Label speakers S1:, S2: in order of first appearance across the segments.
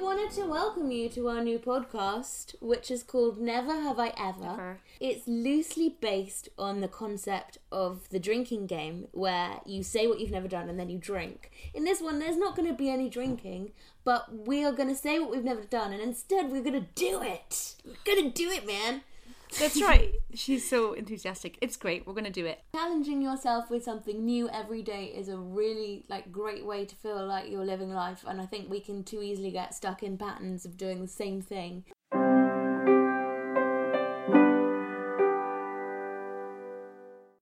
S1: wanted to welcome you to our new podcast, which is called Never Have I Ever.
S2: Never.
S1: It's loosely based on the concept of the drinking game, where you say what you've never done and then you drink. In this one, there's not going to be any drinking, but we are going to say what we've never done, and instead, we're going to do it. We're going to do it, man.
S2: That's right. She's so enthusiastic. It's great. We're going to do it.
S1: challenging yourself with something new every day is a really like great way to feel like you're living life and i think we can too easily get stuck in patterns of doing the same thing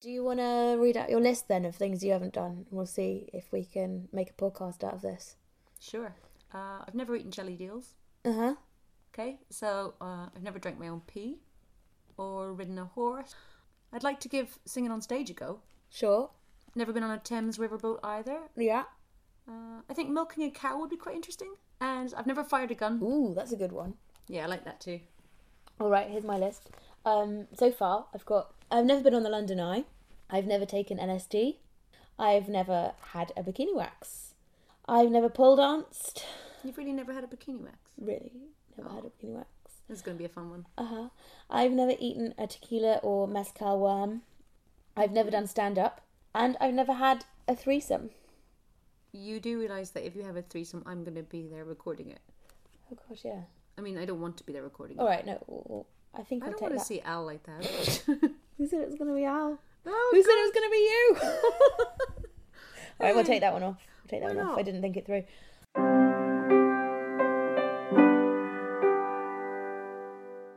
S1: do you want to read out your list then of things you haven't done we'll see if we can make a podcast out of this
S2: Sure. Uh, I've never eaten jelly deals.
S1: uh-huh
S2: Okay. So uh, I've never drank my own pee or ridden a horse. I'd like to give singing on stage a go.
S1: sure
S2: Never been on a Thames riverboat either.
S1: yeah
S2: Uh, I think milking a cow would be quite interesting. And I've never fired a gun.
S1: ooh that's a good one
S2: Yeah, I like that too.
S1: All right, here's my list. Um, so far, I've got I've never been on the London Eye. I've never taken LSD. I've never had a bikini wax. I've never pole danced.
S2: You've really never had a bikini wax.
S1: Really, never had a bikini wax.
S2: This is going to be a fun one.
S1: Uh huh. I've never eaten a tequila or mezcal worm. I've never done stand up, and I've never had a threesome.
S2: You do realise that if you have a threesome, I'm going to be there recording it.
S1: Oh gosh, yeah.
S2: I mean, I don't want to be there recording it.
S1: All right, no, I think
S2: I
S1: Oh, I'll take
S2: don't want to
S1: that.
S2: see Al like that.
S1: Who said it was gonna be Al?
S2: oh,
S1: Who said it was gonna be you? All right, we'll take that one off. We'll take that
S2: Why
S1: one off.
S2: not?
S1: I didn't think it through.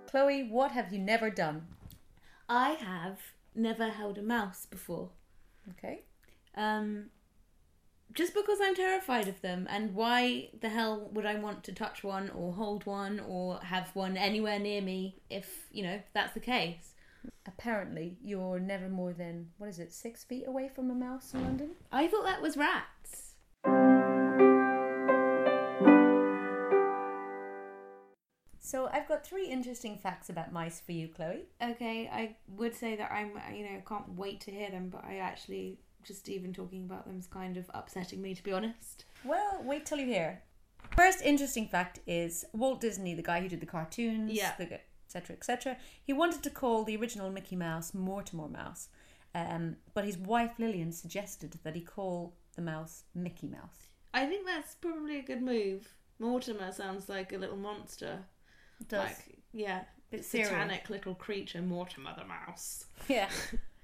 S2: Chloe, what have you never done?
S1: I have never held a mouse before.
S2: Okay.
S1: Um, just because I'm terrified of them, and why the hell would I want to touch one or hold one or have one anywhere near me if, you know, that's the case?
S2: Apparently, you're never more than, what is it, six feet away from a mouse in London?
S1: I thought that was rats.
S2: So, I've got three interesting facts about mice for you, Chloe.
S1: Okay, I would say that I'm, you know, can't wait to hear them, but I actually, just even talking about them is kind of upsetting me, to be honest.
S2: Well, wait till you hear. First interesting fact is Walt Disney, the guy who did the cartoons,
S1: Yeah.
S2: the, et cetera, et cetera, he wanted to call the original Mickey Mouse Mortimer Mouse, um, but his wife Lillian suggested that he call the mouse Mickey Mouse.
S1: I think that's probably a good move. Mortimer sounds like a little monster. Like, yeah,
S2: Bit
S1: satanic little creature, Mortimer the mouse.
S2: yeah.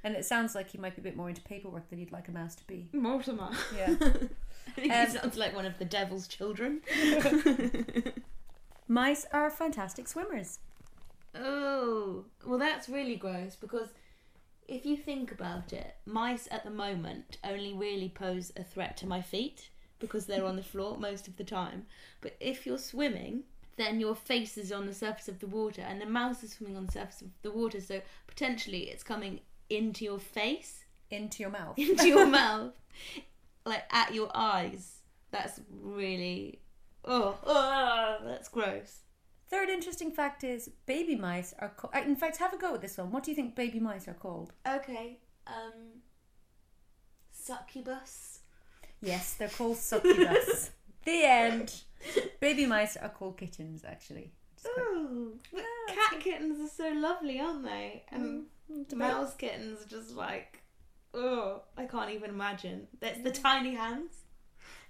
S2: And it sounds like he might be a bit more into paperwork than he'd like a mouse to be.
S1: Mortimer.
S2: Yeah.
S1: I think
S2: Um,
S1: he sounds like one of the devil's children.
S2: Mice are fantastic swimmers.
S1: Oh, well, that's really gross because if you think about it, mice at the moment only really pose a threat to my feet because they're on the floor most of the time. But if you're swimming, then your face is on the surface of the water and the mouse is swimming on the surface of the water, so potentially it's coming into your face,
S2: Into your mouth.
S1: into your mouth, like at your eyes. That's really. Oh, oh that's gross.
S2: Third interesting fact is baby mice are. Co- uh, in fact, have a go at this one. What do you think baby mice are called?
S1: Okay. Um. Succubus.
S2: Yes, they're called succubus. the end. Baby mice are called kittens, actually. Ah, Which is quite-
S1: Ooh, but
S2: Yeah,
S1: cat kittens are so lovely, aren't they? And mouse kittens are just like, oh, I can't even imagine. That's the tiny hands.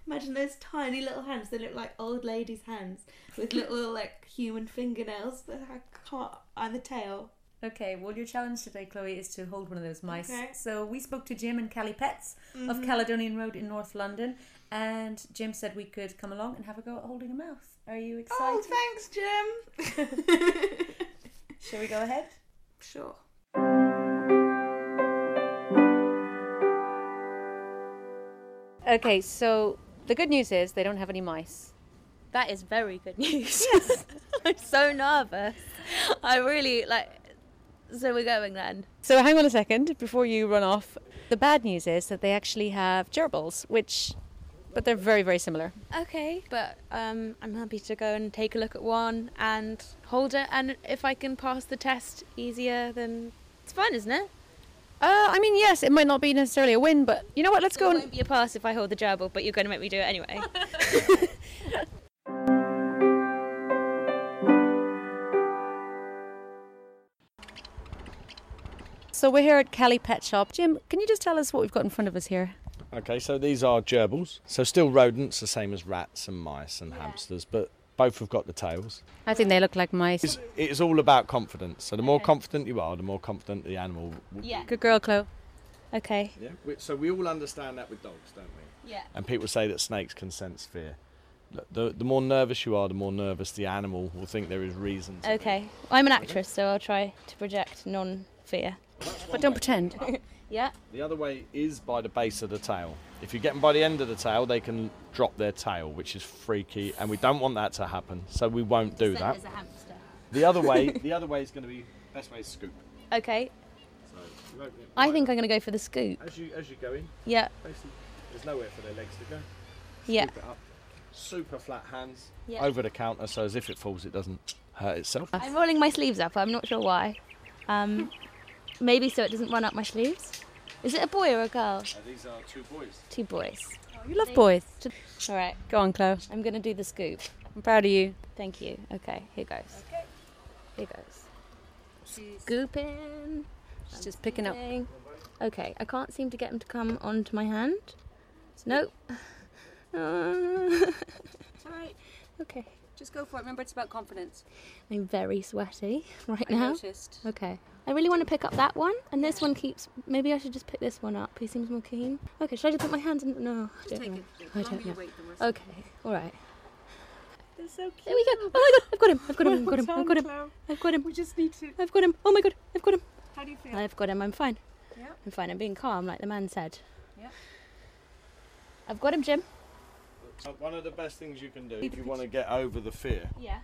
S1: Imagine those tiny little hands. They look like old ladies' hands with little like human fingernails. But I can't. And the tail.
S2: Okay, well, your challenge today, Chloe, is to hold one of those mice.
S1: Okay. Mm-hmm.
S2: So we spoke to Jim and Callie Pets of Caledonian Road in North London, and Jim said we could come along and have a go at holding a mouse. Are you excited?
S1: Oh, thanks, Jim.
S2: Shall we go ahead?
S1: sure.
S2: Okay, so the good news is they don't have any mice.
S1: That is very good news. I'm so nervous. I really like. So we're going then.
S2: So hang on a second before you run off. The bad news is that they actually have gerbils, which, but they're very, very similar.
S1: Okay, but um, I'm happy to go and take a look at one and hold it. And if I can pass the test easier, then it's fun, isn't it?
S2: Uh, I mean, yes, it might not be necessarily a win, but you know what? Let's
S1: So
S2: go
S1: it
S2: and
S1: won't be a pass if I hold the gerbil, but you're going to make me do it anyway.
S2: So we're here at Kelly Pet Shop. Jim, can you just tell us what we've got in front of us here?
S3: Okay, so these are gerbils. So still rodents, the same as rats and mice and hamsters, but both have got the tails.
S2: I think they look like mice.
S3: It's, it is all about confidence. So the more confident you are, the more confident the animal. w-
S1: Yeah,
S2: Good girl, Chloe. Okay.
S3: Yeah. we- So we all understand that with dogs, don't we?
S1: yeah.
S3: And people say that snakes can sense fear. Look, The, the more nervous you are, the more nervous the animal will think there is reason. To be.
S4: Okay. I'm an actress, so I'll try to project non fear.
S2: But don't pretend.
S4: Yeah.
S3: The other way is by the base of the tail. If you get them by the end of the tail, they can drop their tail, which is freaky, and we don't want that to happen. So we won't do that.
S1: There's a hamster.
S3: The other way, the other way is going to be best way is scoop.
S4: Okay.
S3: So you open it
S4: I
S3: wide.
S4: think I'm going to go for the scoop.
S3: as you as you go in,
S4: Yeah.
S3: basically, there's nowhere for their legs to go.
S4: Yeah.
S3: Scoop it up. Super flat hands
S4: Yeah. Uh.
S3: over the counter, so as if it falls, it doesn't hurt itself.
S4: I'm rolling my sleeves up. I'm not sure why. Um, maybe so it doesn't run up my sleeves. Is it a boy or a girl?
S3: Uh, these are two boys.
S4: Two boys.
S2: You love boys.
S4: All right.
S2: Go on, Chloe.
S4: I'm going to do the scoop.
S2: I'm proud of you.
S4: Thank you. Okay. Here goes. Okay. Here goes. Scooping.
S2: She's just picking up.
S4: Thing. Okay, I can't seem to get him to come onto my hand. Nope. Uh,
S5: Alright,
S4: okay.
S5: just go for it. Remember, it's about confidence.
S4: I'm very sweaty right
S5: I
S2: Uh-huh.
S4: now.
S5: noticed.
S4: Okay. I really want to pick up that one, and this one keeps. Maybe I should just pick this one up. He seems more keen. Okay, should I just put my hand in? No. I
S5: Just
S4: don't
S5: take
S4: know.
S5: it.
S4: I
S5: The
S4: don't
S5: longer you
S4: know.
S5: wait, the worse.
S2: Oh.
S4: Okay, alright.
S5: They're so
S4: There we go. Oh my god, I've got him. I've got him. I've got him. I've got him. I've got him.
S5: We just need to.
S4: I've got him. Oh my god, I've got him.
S5: How do you feel?
S4: I've got him. I'm fine.
S5: Yeah.
S4: I'm fine. I'm being calm, like the man said.
S5: Yeah.
S4: I've got him, Jim.
S3: So Uh, One of the best things you can do if you want to get over the fear
S4: Yeah.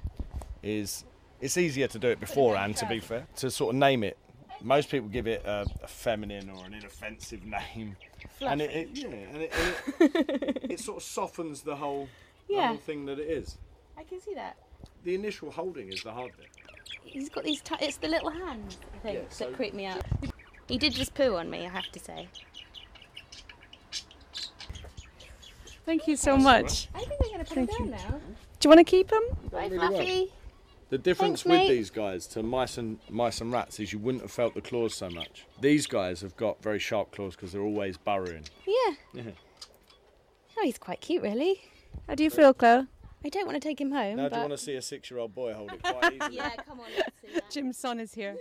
S3: is it's easier to do it beforehand, to be fair, to sort of name it. Most people give it a, a feminine or an inoffensive name, and it, it yeah, and it, and it, it sort of softens the whole, the
S4: Yeah.
S3: whole thing that it is.
S4: I can see that.
S3: The initial holding is the hard bit.
S4: He's got these. T- it's the little hands I think,
S3: Yeah, so-
S4: that creep me out. He did just poo on me, I have to say.
S2: Thank you so much.
S4: I think we're going to put him down now.
S2: Do you want to keep them?
S4: Bye,
S3: really well.
S4: Fluffy.
S3: The difference
S4: Thanks,
S3: with
S4: mate.
S3: these guys to mice and mice and rats is you wouldn't have felt the claws so much. These guys have got very sharp claws because they're always burrowing.
S4: Yeah.
S3: Yeah.
S4: Oh, he's quite cute, really.
S2: How do you feel, Chloe?
S4: I don't want to take him home.
S3: Now, do
S4: but...
S3: you want to see a six-year-old boy hold it quite easily?
S4: Yeah, come on, let's see that.
S2: Jim's son is here.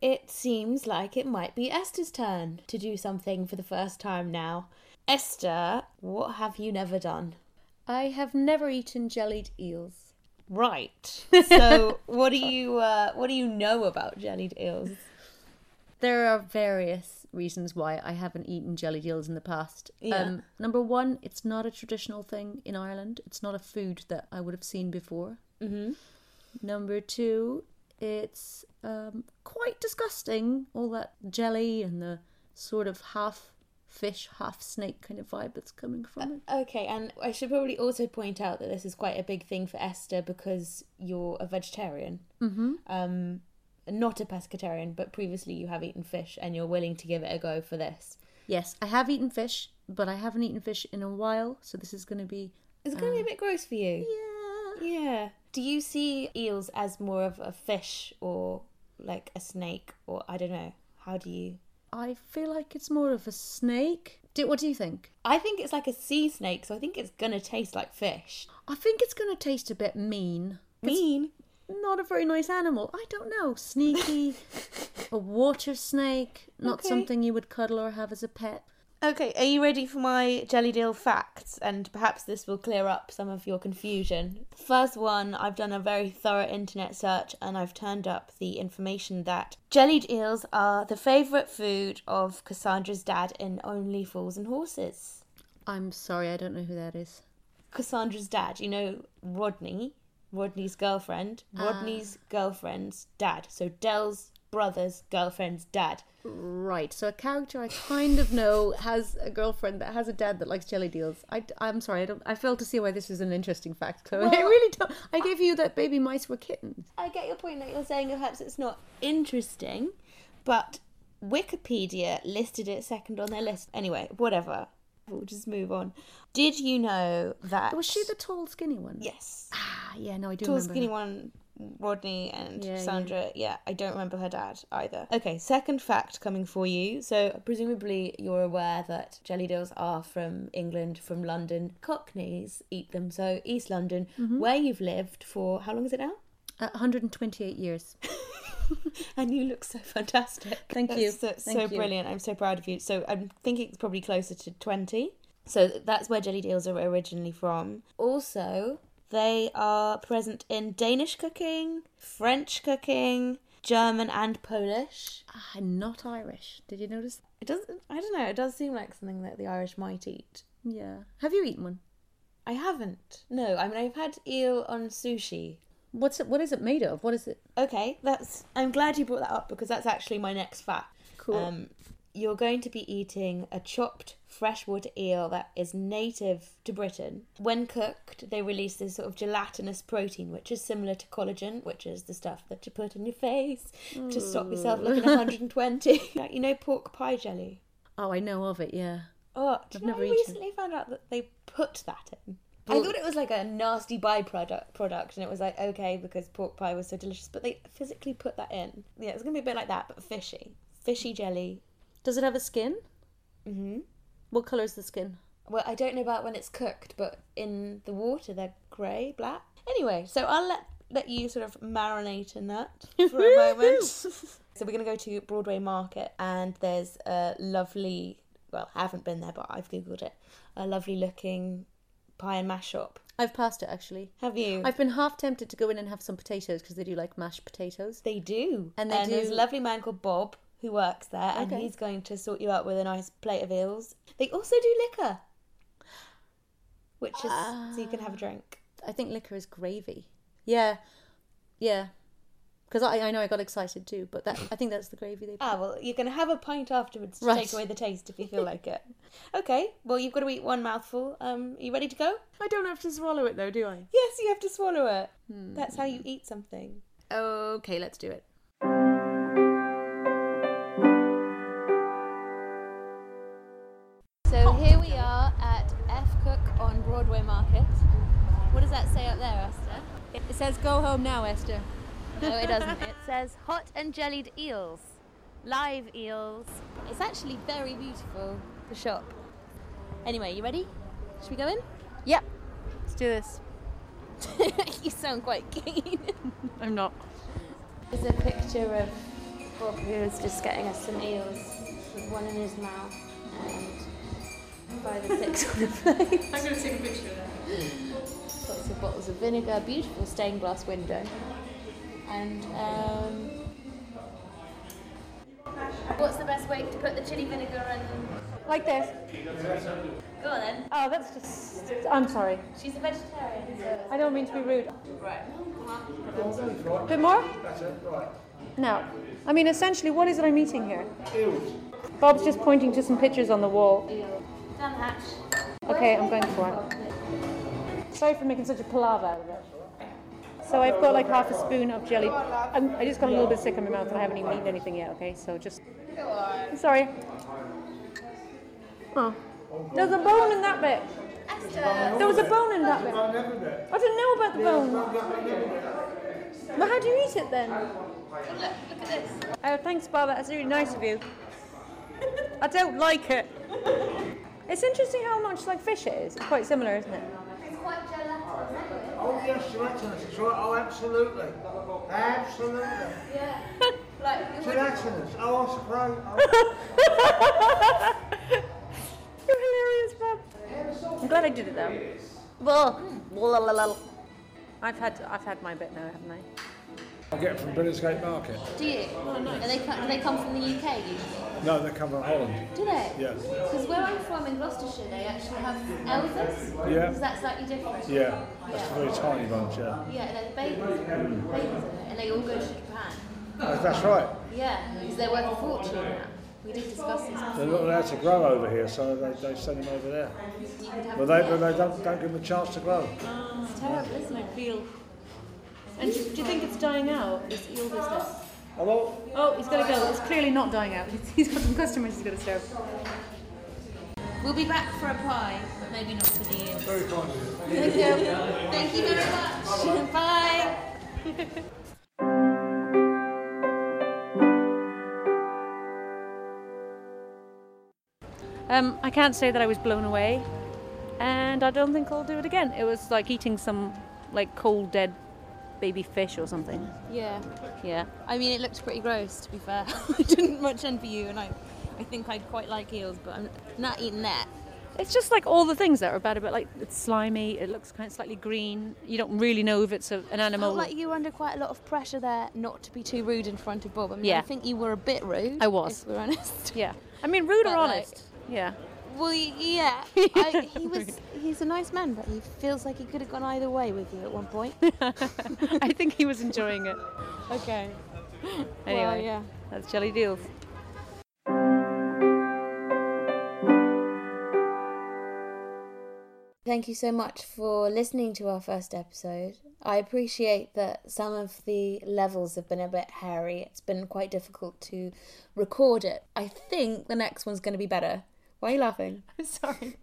S1: It seems like it might be Esther's turn to do something for the first time now. Esther, what have you never done?
S2: I have never eaten jellied eels.
S1: Right. So, what do you uh, what do you know about jellied eels?
S2: There are various reasons why I haven't eaten jellied eels in the past. Um,
S1: Yeah.
S2: number one, it's not a traditional thing in Ireland. It's not a food that I would have seen before. Mm-hmm. Number two, it's um, quite disgusting. All that jelly and the sort of half fish, half snake kind of vibe that's coming from it.
S1: Okay, and I should probably also point out that this is quite a big thing for Esther because you're a vegetarian. Mm-hmm. Um, not a pescatarian, but previously you have eaten fish and you're willing to give it a go for this.
S2: Yes, I have eaten fish, but I haven't eaten fish in a while, so this is going to be.
S1: Is it going to be a bit gross for you? Yeah. Yeah. Do you see eels as more of a fish or like a snake or I don't know? How do you?
S2: I feel like it's more of a snake. Do, what do you think?
S1: I think it's like a sea snake, so I think it's gonna taste like fish.
S2: I think it's going to taste a bit mean.
S1: Mean.
S2: Not a very nice animal. I don't know. Sneaky, a water snake, not
S1: Okay.
S2: something you would cuddle or have as a pet.
S1: Okay, are you ready for my jelly deal facts? And perhaps this will clear up some of your confusion. First one, I've done a very thorough internet search and I've turned up the information that jellied eels are the favourite food of Cassandra's dad in Only Fools and Horses.
S2: I'm sorry, I don't know who that is.
S1: Cassandra's dad, you know, Rodney, Rodney's girlfriend, Rodney's girlfriend's dad. So Dell's brother's girlfriend's dad.
S2: Right, so a character I kind of know has a girlfriend that has a dad that likes jelly deals. I, am sorry, I don't. I fail to see why this is an interesting fact, Chloe. I really don't. I gave you that baby mice were kittens.
S1: I get your point that you're saying perhaps it's not interesting, but Wikipedia listed it second on their list. Anyway, whatever. We'll just move on. Did you know that
S2: Was she the tall, skinny one?
S1: Yes.
S2: Ah, yeah, no, I do
S1: tall,
S2: remember.
S1: skinny one, Rodney and
S2: Yeah, yeah.
S1: Sandra. Yeah. I don't remember her dad either. Okay, second fact coming for you. So presumably you're aware that jelly deals are from England, from London. Cockneys eat them. So East London,
S2: Mm-hmm.
S1: where you've lived for how long is it now?
S2: Uh, 128 years.
S1: And you look so fantastic.
S2: Thank
S1: That's
S2: you.
S1: So,
S2: Thank
S1: so
S2: you.
S1: brilliant. I'm so proud of you. So I'm thinking it's probably closer to 20. So that's where jelly deals are originally from. Also, they are present in Danish cooking, French cooking, German and Polish.
S2: Ah, not Irish. Did you notice?
S1: It doesn't I don't know, it does seem like something that the Irish might eat.
S2: Yeah. Have you eaten one?
S1: I haven't. No, I mean I've had eel on sushi.
S2: What's it? What is it made of? What is it?
S1: Okay, that's I'm glad you brought that up because that's actually my next fact.
S2: Cool.
S1: Um, you're going to be eating a chopped freshwater eel that is native to Britain. When cooked, they release this sort of gelatinous protein, which is similar to collagen, which is the stuff that you put on your face to stop yourself looking 120. like, you know, pork pie jelly.
S2: oh, I know of it. Yeah.
S1: Oh, do you know,
S2: never
S1: I
S2: eaten it.
S1: recently found out that they put that in. I thought it was like a nasty byproduct product, and it was like okay because pork pie was so delicious, but they physically put that in. Yeah, it's gonna be a bit like that, but fishy, fishy jelly.
S2: Does it have a skin? Mm-hmm.
S1: hmm
S2: What color is the skin?
S1: Well, I don't know about when it's cooked, but in the water they're grey, black. Anyway, so I'll let let you sort of marinate in that for a moment. so we're gonna go to Broadway Market, and there's a lovely. Well, I haven't been there, but I've googled it. A lovely looking pie and mash shop.
S2: I've passed it actually.
S1: Have you?
S2: I've been half tempted to go in and have some potatoes because they do like mashed potatoes.
S1: They do,
S2: And they
S1: There's a
S2: do-
S1: lovely man called Bob who works there, and
S2: Okay.
S1: he's going to sort you out with a nice plate of eels. They also do liquor, which is so you can
S2: Ah.
S1: have a drink.
S2: I think liquor is gravy. Yeah, yeah. Because I, I know I got excited too, but that I think that's the gravy they.
S1: Ah, well, you're going to have a pint afterwards to
S2: Right.
S1: take away the taste if you feel like it. Okay, well, you've got to eat one mouthful. Um, are you ready to go?
S2: I don't have to swallow it though, do I?
S1: Yes, you have to swallow it. That's how you eat something.
S2: Okay, let's do it.
S1: So here we are at F Cook on Broadway Market. What does that say up there, Esther?
S2: It says go home now, Esther.
S1: No, it doesn't. It says hot and jellied eels, live eels. It's actually very beautiful, the shop. Anyway, you ready? Should we go in?
S5: Yep. Let's do this.
S1: you sound quite keen.
S5: I'm not.
S1: There's a picture of Bob who's just getting us some eels with one in his mouth and five or six on a plate. I'm going to take a picture of that. Lots of bottles of vinegar, beautiful stained glass window. And um, what's the best way to put the chili vinegar in?
S5: Like this.
S1: Go on then.
S5: Oh, that's just. I'm sorry.
S1: She's a vegetarian. So.
S5: I don't mean to be rude. Right. Bit more? That's it, right. No. I mean, essentially, what is it I'm eating here? Bob's just pointing to some pictures on the wall.
S1: Down the hatch.
S5: Okay, I'm going for it. Sorry for making such a palaver out of it. So I've got like half a spoon of jelly. I'm, I just got a little bit sick in my mouth and I haven't even eaten anything yet, okay? So just. I'm sorry. Oh. There's a bone in that bit. There was a bone in that bit. I didn't know about the bone. But how do you eat it then? Oh, thanks, Bob. That's really nice of you. I don't like it. It's interesting how much like fish it is. It's quite similar, isn't it?
S6: Oh yes, gelatinous. It's right. Oh, absolutely, absolutely. Yeah. like gelatinous. Oh, I suppose. Oh,
S5: You're hilarious, Bob. I'm glad I did it though. Hmm.
S2: Well,
S5: I've had I've had my bit now, haven't I?
S7: I get it from Billingsgate Market.
S1: Do you? Are they, co- do they come from the UK usually?
S7: No, they come from Holland.
S1: Do they?
S7: Yes.
S1: Because where I'm from in Gloucestershire, they actually have Elvis.
S7: Yeah.
S1: Because that's slightly different.
S7: Yeah, that's a very tiny bunch, yeah.
S1: Yeah, they're babies, babies in it, and they all go to Japan.
S7: That's Oh, that's right.
S1: Yeah, because they're worth a fortune now. We did discuss this.
S7: They're not allowed to grow over here, so they, they send them over there.
S1: You could have
S7: But they, but they don't, don't give them a chance to grow.
S1: it's terrible, isn't it?
S5: Feel. And do you think it's dying out? This eel business.
S7: Hello?
S5: Oh, he's got to go. It's clearly not dying out. He's, he's got some customers he's got to serve.
S8: We'll be back for a pie, but maybe not for the ears.
S9: Very kind of you.
S8: Thank you. Thank you very much. Bye.
S5: Um, I can't say that I was blown away, and I don't think I'll do it again. It was like eating some like cold dead baby fish or something.
S4: Yeah.
S5: Yeah.
S4: I mean, it looked pretty gross, to be fair. I didn't much envy you, and I, I think I'd quite like eels, but I'm not eating that.
S5: It's just like all the things that are bad about like it's slimy. It looks kind of slightly green. You don't really know if it's a, an animal.
S4: felt like you were under quite a lot of pressure there not to be too rude in front of Bob. I mean, I
S5: Yeah.
S4: think you were a bit rude.
S5: I was.
S4: If we're honest.
S5: yeah. I mean, rude or
S4: But, like-
S5: honest. yeah.
S4: Well, y- yeah. I, he was. He's a nice man, but he feels like he could have gone either way with you at one point.
S5: I think he was enjoying it.
S4: okay.
S5: Anyway,
S4: Well, yeah.
S5: that's jelly deals.
S1: Thank you so much for listening to our first episode. I appreciate that some of the levels have been a bit hairy. It's been quite difficult to record it. I think the next one's going to be better. Why are you laughing?
S5: I'm sorry.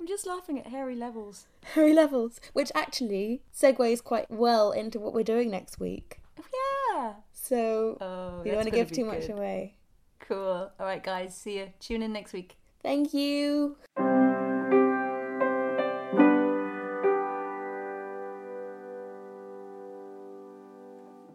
S5: I'm just laughing at hairy levels.
S1: Hairy levels, which actually segues quite well into what we're doing next week. Oh,
S5: Yeah.
S1: So we
S5: Oh, that's
S1: don't want
S5: gonna
S1: to give
S5: be
S1: too much
S5: good.
S1: away.
S5: Cool. All right, guys. See you. Tune in next week.
S1: Thank you.